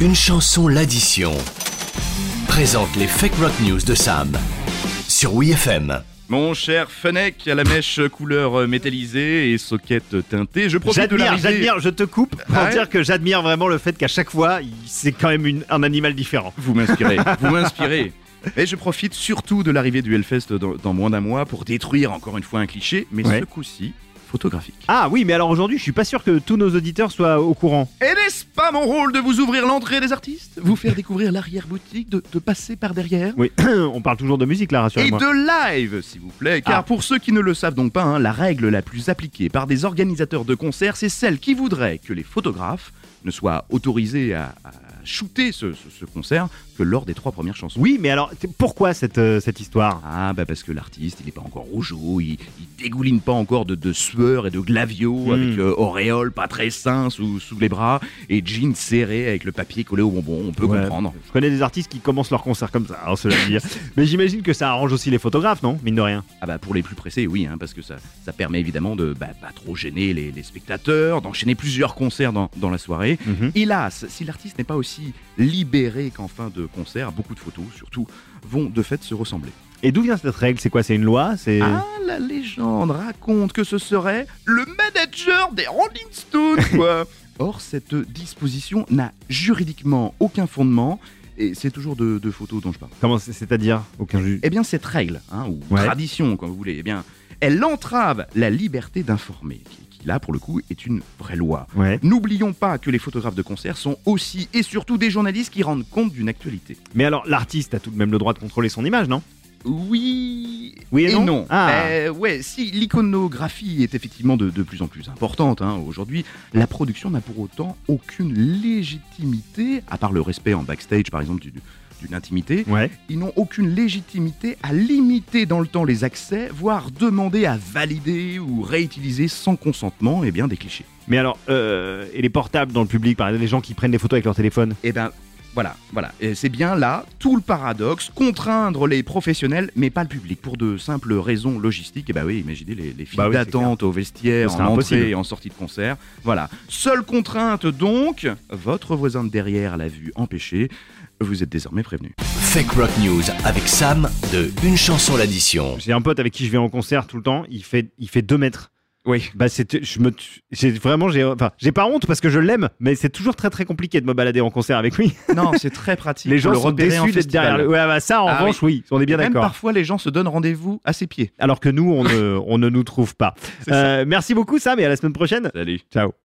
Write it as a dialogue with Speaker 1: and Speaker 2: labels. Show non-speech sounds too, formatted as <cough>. Speaker 1: Une chanson, l'addition. Présente les Fake Rock News de Sam. Sur WeFM.
Speaker 2: Mon cher Fennec, à la mèche couleur métallisée et soquette teintée, je profite de
Speaker 3: J'admire,
Speaker 2: l'arrivée...
Speaker 3: j'admire, je te coupe pour
Speaker 2: Ah ouais
Speaker 3: dire que j'admire vraiment le fait qu'à chaque fois, il- c'est quand même une- un animal différent.
Speaker 2: Vous m'inspirez, vous m'inspirez. <laughs> Et je profite surtout de l'arrivée du Hellfest dans, dans moins d'un mois pour détruire encore une fois un cliché, mais
Speaker 3: Ouais.
Speaker 2: ce coup-ci photographique.
Speaker 3: Ah oui, mais alors aujourd'hui, je suis pas sûr que tous nos auditeurs soient au courant.
Speaker 2: Et n'est-ce pas mon rôle de vous ouvrir l'entrée des artistes Vous faire découvrir l'arrière-boutique, de, de passer par derrière
Speaker 3: Oui, <clears throat> on parle toujours de musique là,
Speaker 2: et
Speaker 3: rassurez-moi.
Speaker 2: de live, s'il vous plaît, car
Speaker 3: Ah.
Speaker 2: pour ceux qui ne le savent donc pas, hein, la règle la plus appliquée par des organisateurs de concerts, c'est celle qui voudrait que les photographes ne soient autorisés à, à shooter ce, ce- ce concert que lors des trois premières chansons.
Speaker 3: Oui, mais alors t- pourquoi cette, euh, cette histoire
Speaker 2: Ah bah parce que l'artiste il n'est pas encore rougeau, il, il dégouline pas encore de, de sueur et de glavio
Speaker 3: Mm.
Speaker 2: avec euh, auréole pas très sain sous, sous les bras et jean serré avec le papier collé au bonbon, on peut
Speaker 3: Ouais.
Speaker 2: comprendre.
Speaker 3: Je connais des artistes qui commencent leur concert comme ça, hein, cela
Speaker 2: <laughs>
Speaker 3: dit. mais j'imagine que ça arrange aussi les photographes, non Mine de rien.
Speaker 2: Ah bah pour les plus pressés oui hein, parce que ça, ça permet évidemment de bah, pas trop gêner les, les spectateurs, d'enchaîner plusieurs concerts dans, dans la soirée. Hélas, si l'artiste n'est pas aussi libéré qu'en fin de concert, beaucoup de photos surtout vont de fait se ressembler.
Speaker 3: Et d'où vient cette règle C'est quoi C'est une loi C'est
Speaker 2: Ah, la légende raconte que ce serait le manager des Rolling Stones, quoi. Or, cette disposition n'a juridiquement aucun fondement. Et c'est toujours de, de photos dont je parle.
Speaker 3: comment c'est- C'est-à-dire aucun juge.
Speaker 2: Eh bien, cette règle, hein, ou
Speaker 3: Ouais.
Speaker 2: tradition, comme vous voulez, eh bien, elle entrave la liberté d'informer, qui, qui, là, pour le coup, est une vraie loi.
Speaker 3: Ouais.
Speaker 2: N'oublions pas que les photographes de concert sont aussi et surtout des journalistes qui rendent compte d'une actualité.
Speaker 3: Mais alors l'artiste a tout de même le droit de contrôler son image, non
Speaker 2: Oui
Speaker 3: Oui et non Ah.
Speaker 2: Euh, ouais, si l'iconographie est effectivement de, de plus en plus importante hein, aujourd'hui, la production n'a pour autant aucune légitimité, à part le respect en backstage par exemple du- du- d'une intimité,
Speaker 3: Ouais.
Speaker 2: ils n'ont aucune légitimité à limiter dans le temps les accès, voire demander à valider ou réutiliser sans consentement eh bien, des clichés.
Speaker 3: Mais alors, euh, et les portables dans le public, par exemple, les gens qui prennent des photos avec leur téléphone
Speaker 2: Eh ben voilà, voilà. Et c'est bien là tout le paradoxe, contraindre les professionnels mais pas le public pour de simples raisons logistiques. Et bah oui, imaginez les, les files
Speaker 3: Bah oui, c'est
Speaker 2: d'attente au
Speaker 3: Ce
Speaker 2: vestiaire,
Speaker 3: serait
Speaker 2: en
Speaker 3: impossible.
Speaker 2: entrée et en sortie de concert. Voilà. Seule contrainte donc, votre voisin de derrière l'a vu empêché. Vous êtes désormais prévenu.
Speaker 1: Fake Rock News avec Sam de Une chanson, l'addition.
Speaker 3: J'ai un pote avec qui je vais en concert tout le temps, il fait, il fait 2 mètres.
Speaker 2: Oui.
Speaker 3: Bah c'est, je me, j'ai vraiment, j'ai, enfin, j'ai pas honte parce que je l'aime, mais c'est toujours très très compliqué de me balader en concert avec lui.
Speaker 2: Non, c'est très pratique.
Speaker 3: Les
Speaker 2: pour
Speaker 3: gens
Speaker 2: le
Speaker 3: sont
Speaker 2: repérer en
Speaker 3: déçus d'être
Speaker 2: festival.
Speaker 3: derrière. le- Ouais, bah ça en
Speaker 2: Ah
Speaker 3: revanche, oui. on est bien
Speaker 2: Même
Speaker 3: d'accord.
Speaker 2: parfois, les gens se donnent rendez-vous à ses pieds.
Speaker 3: Alors que nous, on ne, on ne nous trouve pas.
Speaker 2: <laughs> C'est ça.
Speaker 3: Euh, merci beaucoup Sam et à la semaine prochaine.
Speaker 2: Salut.
Speaker 3: Ciao.